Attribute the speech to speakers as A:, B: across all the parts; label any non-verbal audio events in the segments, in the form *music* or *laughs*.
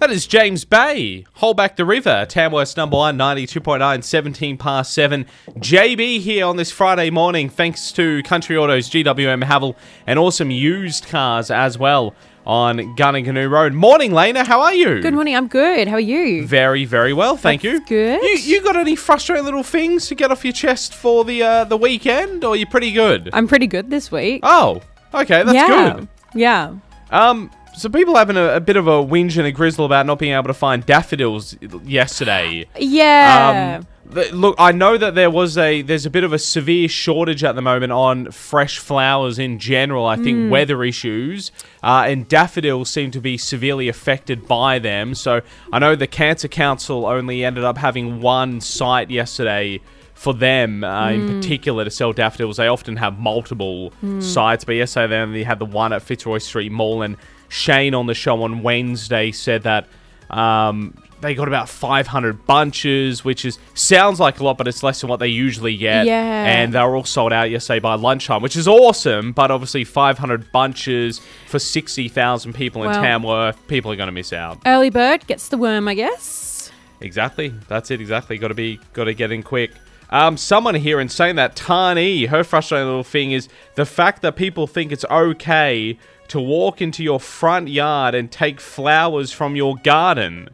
A: That is James Bay. Hold back the river. Tamworth's number one, 92.9, 17 past 7. JB here on this Friday morning, thanks to Country Autos, GWM Havel, and awesome used cars as well on Gun and Canoe Road. Morning, Lena. How are you?
B: Good morning. I'm good. How are you?
A: Very, very well. Thank
B: That's
A: you.
B: good.
A: You, you got any frustrating little things to get off your chest for the uh, the weekend, or you pretty good?
B: I'm pretty good this week.
A: oh, okay. That's
B: yeah.
A: good.
B: Yeah.
A: Um, so people having a, a bit of a whinge and a grizzle about not being able to find daffodils yesterday.
B: Yeah.
A: Um, th- look, I know that there was a there's a bit of a severe shortage at the moment on fresh flowers in general. I think weather issues uh, and daffodils seem to be severely affected by them. So I know the Cancer Council only ended up having one site yesterday. For them, uh, in particular, to sell daffodils, they often have multiple sites. But yesterday, they only had the one at Fitzroy Street Mall, and Shane on the show on Wednesday said that um, they got about 500 bunches, which is sounds like a lot, but it's less than what they usually get.
B: Yeah.
A: And they were all sold out yesterday by lunchtime, which is awesome. But obviously, 500 bunches for 60,000 people in
B: Well-
A: Tamworth, people are going to miss out.
B: Early bird gets the worm, I guess.
A: Exactly. That's it. Exactly. Got to be. Got to get in quick. Um, someone here in saying that Tani, her frustrating little thing is the fact that people think it's okay to walk into your front yard and take flowers from your garden.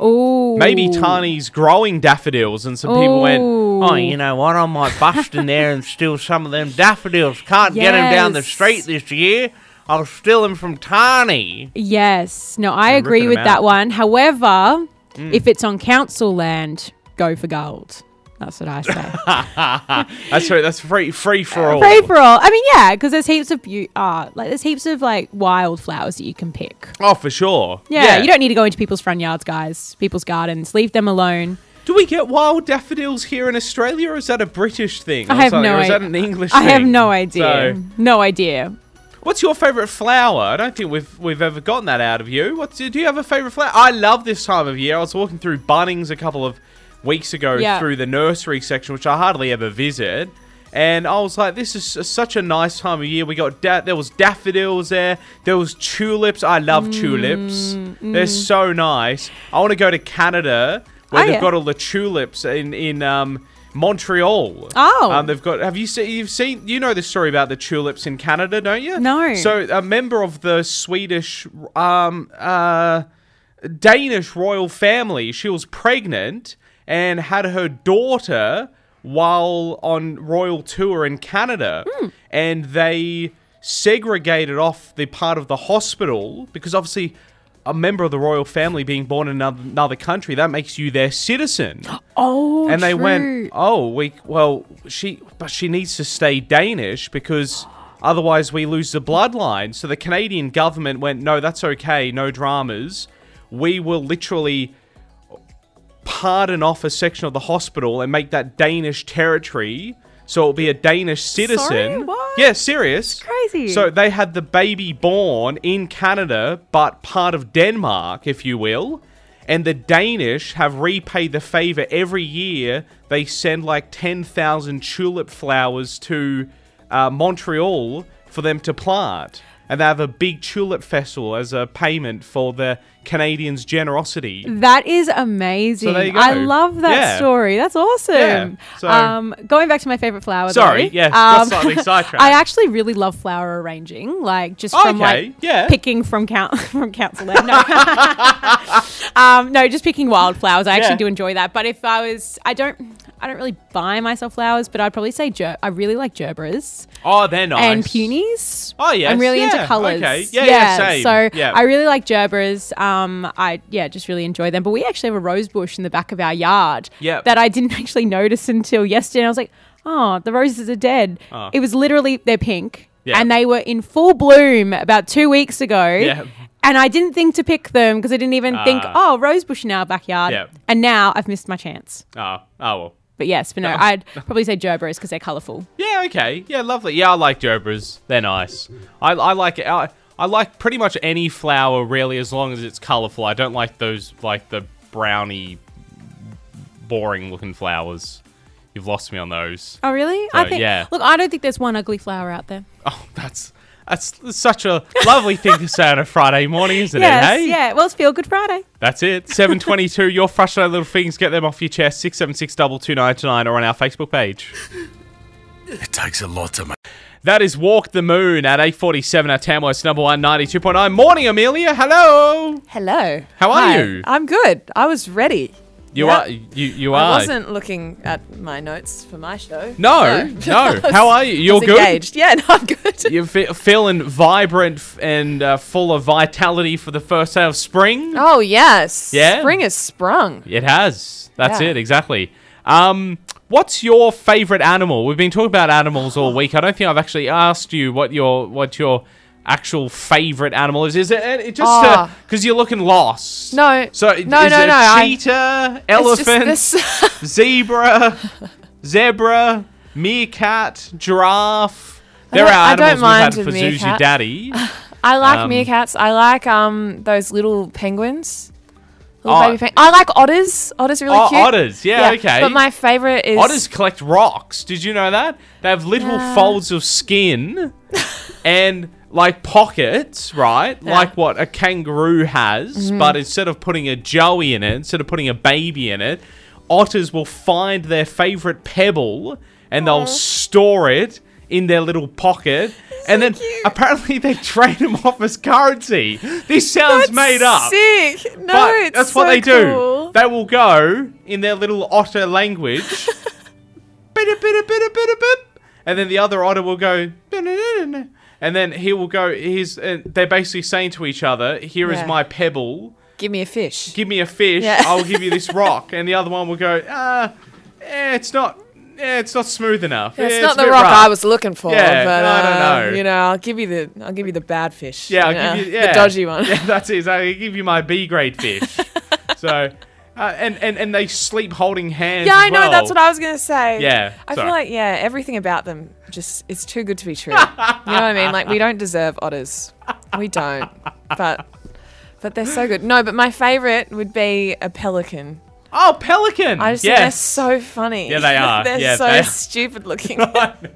B: Oh.
A: Maybe Tani's growing daffodils, and some people went,
B: Ooh.
C: Oh, you know what? I might bust in there and steal some of them daffodils. Can't 'em get them down the
B: Yes.
C: street this year. I'll steal them from Tarney.
B: Yes. No, I
A: They're
B: agree
A: ripping
B: with
A: 'em out. Mm.
B: that one. However, if it's on council land, go for gold. That's what
A: *laughs*
B: I say.
A: That's right. That's free, free for all.
B: Uh, Free for all. I mean, yeah, because there's heaps of beauty. Uh, like there's heaps of like wildflowers that you can pick.
A: oh, for sure.
B: Yeah, you don't need to go into people's front yards, guys. People's gardens. Leave them alone.
A: Do we get wild daffodils here in Australia, or is that a British thing?
B: I
A: or
B: have
A: something?
B: no
A: Or is
B: i-
A: Oh, that an English?
B: I have
A: thing?
B: no idea.
A: So-
B: No idea.
A: What's your favourite flower? I don't think we've we've ever gotten that out of you. What's do you have a favourite flower? I love this time of year. I was walking through Bunnings a couple of weeks ago
B: Yeah.
A: through the nursery section, which I hardly ever visit. And I was like, this is such a nice time of year. We got da- there was daffodils there, there was tulips. I love
B: Mm,
A: tulips. They're so nice. I want to go to Canada where
B: Oh,
A: they've
B: yeah.
A: got all the tulips in in um, Montreal.
B: Oh.
A: um, they've got. Have you seen? You've seen. You know the story about the tulips in Canada, don't you?
B: No.
A: So a member of the Swedish, um, uh, Danish royal family, she was pregnant and had her daughter while on royal tour in Canada, and they segregated off the part of the hospital because obviously. A member of the royal family being born in another, another country, that makes you their citizen *gasps*
B: Oh,
A: and they
B: true.
A: went, "Oh, we well, she but she needs to stay Danish because otherwise we lose the bloodline." So the Canadian government went, "No, that's okay, no dramas. We will literally pardon off a section of the hospital and make that Danish territory." So it'll be a Danish citizen.
B: what?
A: Yeah, serious.
B: crazy.
A: So they had the baby born in Canada, but part of Denmark, if you will. And the Danish have repaid the favor every year. They send like 10,000 tulip flowers to uh, Montreal for them to plant. And they have a big tulip festival as a payment for the Canadians' generosity.
B: That is amazing.
A: there you go.
B: I love that
A: Yeah.
B: story. That's awesome.
A: Yeah, so-
B: um, going back to my favorite flower.
A: Sorry,
B: though,
A: yeah, got
B: *laughs*
A: slightly sidetracked.
B: Um, I actually really love flower arranging, like just from
A: Okay,
B: like
A: yeah.
B: picking from count *laughs* from council land. No. um, no, *laughs* just picking wildflowers. I actually
A: Yeah.
B: do enjoy that. But if I was, I don't. I don't really buy myself flowers, but I'd probably say ger- I really like gerberas
A: Oh, they're nice.
B: and punies.
A: Oh, yes,
B: I'm really
A: yeah,
B: into colours.
A: okay. Yeah, yeah, same,
B: So
A: yeah.
B: I really like gerberas. Um, I yeah, just really enjoy them. But we actually have a rose bush in the back of our yard.
A: Yep.
B: That I didn't *laughs* actually notice until yesterday. And I was like, oh, the roses are dead.
A: Oh.
B: It was literally they're pink.
A: Yeah.
B: And they were in full bloom about two weeks ago.
A: Yeah.
B: And I didn't think to pick them because I didn't even think,
A: Ah.
B: oh, rose bush in our backyard.
A: Yep.
B: And now I've missed my chance.
A: Oh, oh well.
B: But yes,
A: Oh.
B: but no, I'd probably say gerberas because they're colourful.
A: Yeah, okay. Yeah, lovely. Yeah, I like jobras. They're nice. I, I like it. I, I like pretty much any flower really as long as it's colorful. I don't like those like the browny boring looking flowers. You've lost me on those. *laughs*
B: Oh really?
A: So,
B: I think.
A: yeah.
B: Look, I don't think there's one ugly flower out there.
A: Oh, that's That's such a lovely thing to say on a Friday morning, isn't
B: yes,
A: it? Hey,
B: yeah. Well, it's Feel Good Friday.
A: that's it. Seven twenty-two. *laughs* Your frustrated little things. Get them off your chest. Six seven six double two nine tonight, or on our Facebook page.
D: It takes a lot to make.
A: That is Walk the Moon at eight forty-seven at Tamworth's number one ninety-two point nine. Morning, Amelia. Hello.
E: Hello.
A: How are
E: Hi.
A: you?
E: I'm good. I was ready.
A: You
E: Yeah.
A: are. You you
E: I
A: are.
E: wasn't looking at my notes for my show.
A: No,
E: *laughs*
A: no.
E: I was-
A: How are you?
E: I
A: You're
E: was
A: good?
E: Engaged. Yeah, *laughs* no, I'm good.
A: You're fe- feeling vibrant f- and uh, full of vitality for the first day of spring.
E: Oh yes.
A: Yeah?
E: Spring is sprung.
A: It has. That's
E: Yeah.
A: it, exactly. Um, what's your favorite animal? We've been talking about animals all week. I don't think I've actually asked you what your what your actual favorite animal is. Is it, it
E: Ah.
A: just because you're looking lost?
E: No.
A: So i-
E: No,
A: is
E: no,
A: it
E: no, I-
A: cheetah,
E: It's just *laughs*
A: elephant,
E: this-
A: zebra, zebra, meerkat, giraffe. There
E: don't-
A: are
E: I don't
A: animals we've
E: mind
A: had for
E: a
A: Zuzu
E: meerkat. *laughs*
A: Daddy. Oh,
E: I like
A: Um,
E: meerkats. I like um those little penguins. Little
A: Oh.
E: baby peng- I like otters. Otters are really
A: Oh,
E: cute.
A: otters. Yeah, okay.
E: But my favorite is
A: Otters collect rocks. Did you know that? They have little
E: Yeah.
A: folds
E: *laughs*
A: of skin and like pockets, right? Like what a kangaroo has,
E: Mm-hmm.
A: but instead of putting a joey in it, instead of putting a baby in it, otters will find their favorite pebble and they'll store it in their little pocket. and then apparently they *laughs* trade them off as currency. This sounds made up.
E: Sick. No,
A: But
E: it's
A: that's what
E: so
A: they
E: cool.
A: do. They will go in their little
E: *laughs*
A: otter language. Bida, bida, bida, bida, bip. and then the other otter will go. "Da-na-na-na-na." And then he will go. He's. Uh, they're basically saying to each other, "Here is
E: Yeah.
A: my pebble.
E: Give me a fish.
A: Give me a fish.
E: Yeah.
A: I'll give
E: *laughs*
A: you this rock." And the other one will go, "Ah, eh, it's not. Eh, it's not smooth enough.
E: It's
A: Eh,
E: not
A: a
E: the
A: bit
E: rock
A: rough."
E: I was looking for.
A: Yeah,
E: but,
A: I don't
E: uh,
A: know.
E: You know, I'll give you the I'll give you the bad fish.
A: Yeah, I'll give you yeah.
E: the dodgy one.
A: Yeah, that's it. Exactly. I give you my B
E: *laughs*
A: grade fish. so, uh, and and and they sleep holding hands.
E: Yeah,
A: as
E: I know. That's
A: well.
E: what I was gonna say.
A: Yeah,
E: I
A: sorry.
E: feel like yeah, everything about them just it's too good to be true. you know what I mean? Like we don't deserve otters, we don't. But but they're so good. No, but my favorite would be a pelican.
A: Oh, pelican.
E: I just think they're
A: yes.
E: so funny.
A: Yeah, they
E: *laughs*
A: are.
E: they're
A: Yeah,
E: so
A: they are.
E: stupid
A: *laughs*
E: looking.
A: they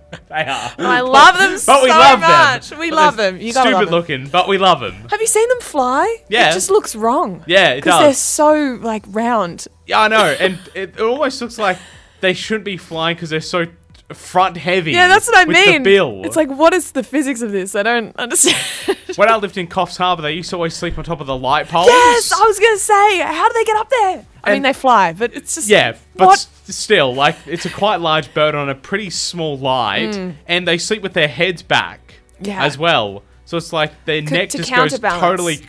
A: are.
E: *laughs* I love them
A: *laughs* But
E: so
A: we love
E: much.
A: them.
E: We
A: But
E: love
A: they're
E: them. You gotta
A: stupid
E: love them.
A: looking, but we love them.
E: Have you seen them fly?
A: Yeah.
E: It just looks wrong.
A: Yeah, it
E: Because they're
A: does.
E: so like round.
A: Yeah, I know. And it, it almost looks like they shouldn't be flying because they're so front heavy.
E: Yeah, that's what I
A: with
E: mean.
A: The bill.
E: It's like, what is the physics of this? I don't understand.
A: *laughs*
E: *laughs*
A: when I lived in Coffs Harbour, they used to always sleep on top of the light poles.
E: Yes, I was gonna say, how do they get up there? I mean,
A: And-
E: they fly, but it's just
A: Yeah, but
E: what?
A: s- still, like it's a quite large bird on a pretty small light, and they sleep with their heads back
E: Mm. Yeah.
A: as well. So it's like their neck
E: to
A: just goes
E: counterbalance.
A: totally.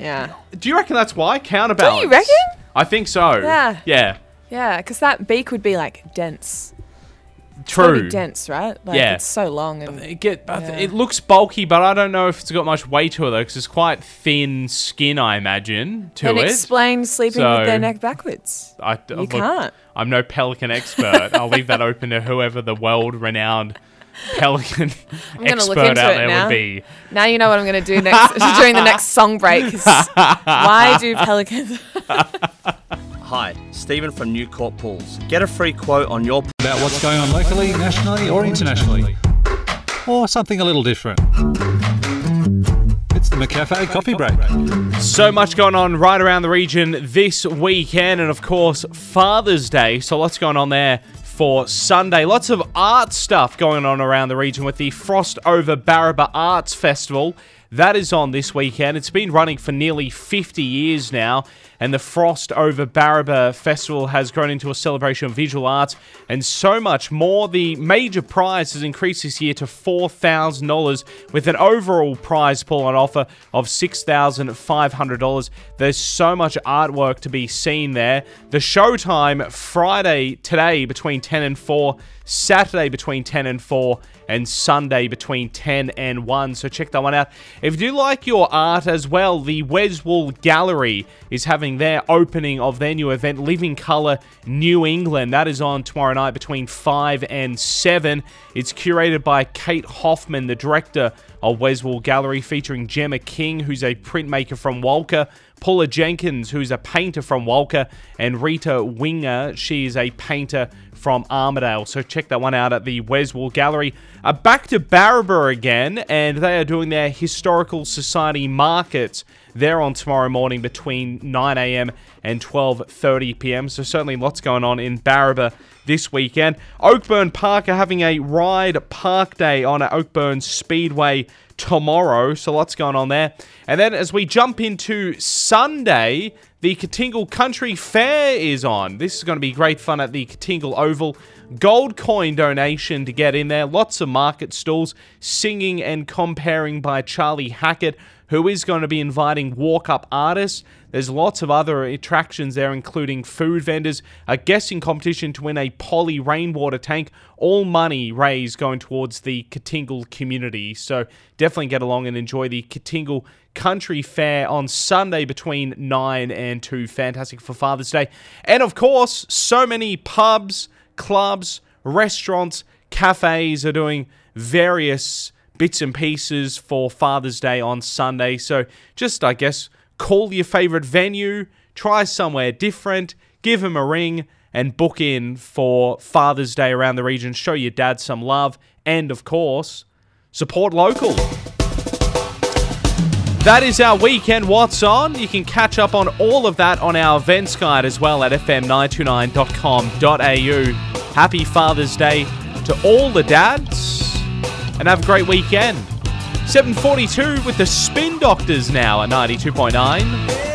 E: yeah,
A: Do you reckon that's why counterbalance?
E: reckon?
A: I think so.
E: Yeah.
A: Yeah.
E: yeah, because that beak would be like dense. It's gotta
A: True.
E: be dense, right? Like,
A: Yeah.
E: it's so long and
A: It get I th-
E: Yeah.
A: it looks bulky, but I don't know if it's got much weight to it though, because it's quite thin skin, I imagine. To
E: and
A: it,
E: explain sleeping with
A: So-
E: their neck backwards.
A: I,
E: You can't.
A: I'm no pelican expert. I'll leave that open to whoever the world-renowned
E: *laughs*
A: pelican
E: gonna
A: expert
E: look
A: out
E: into it
A: there
E: now.
A: would be.
E: Now you know what I'm gonna do next *laughs* during the next song break. 'cause
A: *laughs*
E: Why do pelicans?
F: Hi, Stephen from New Court Pools. Get a free quote on your
G: about what's going on locally, nationally, or internationally, or something a little different. It's the McCafe Coffee Break.
A: So much going on right around the region this weekend, and of course, Father's Day. So, lots going on there for Sunday. Lots of art stuff going on around the region with the Frost Over Baraba Arts Festival. That is on this weekend. It's been running for nearly 50 years now, and the Frost Over Baraba Festival has grown into a celebration of visual arts and so much more. The major prize has increased this year to $4,000 with an overall prize pool on offer of $6,500. There's so much artwork to be seen there. The showtime Friday today between 10 and 4, Saturday between 10 and 4, and Sunday between 10 and 1. So check that one out. If you like your art as well, the Weswall Gallery is having their opening of their new event, Living Colour New England. That is on tomorrow night between 5 and 7. It's curated by Kate Hoffman, the director a Weswall gallery featuring Gemma King, who's a printmaker from Walker, Paula Jenkins, who's a painter from Walker, and Rita Winger, she is a painter from Armadale. So check that one out at the Weswall Gallery. Uh, back to Barraba again, and they are doing their Historical Society markets. They're on tomorrow morning between 9 a.m. and 12:30 p.m. So certainly lots going on in Barraba this weekend. Oakburn Park are having a ride park day on at Oakburn Speedway tomorrow. So lots going on there. And then as we jump into Sunday, the Katingle Country Fair is on. This is going to be great fun at the Katingle Oval. Gold coin donation to get in there. Lots of market stalls. Singing and comparing by Charlie Hackett, who is going to be inviting walk up artists. There's lots of other attractions there, including food vendors, a guessing competition to win a Polly rainwater tank. All money raised going towards the Katingle community. So definitely get along and enjoy the Katingle Country Fair on Sunday between 9 and 2. Fantastic for Father's Day. And of course, so many pubs, clubs, restaurants, cafes are doing various bits and pieces for Father's Day on Sunday. So just, I guess, call your favorite venue, try somewhere different, give him a ring, and book in for Father's Day around the region. Show your dad some love, and of course, support local. That is our weekend. What's on? You can catch up on all of that on our events guide as well at fm929.com.au. Happy Father's Day to all the dads, and have a great weekend. 7:42 with the Spin Doctors now at 92.9.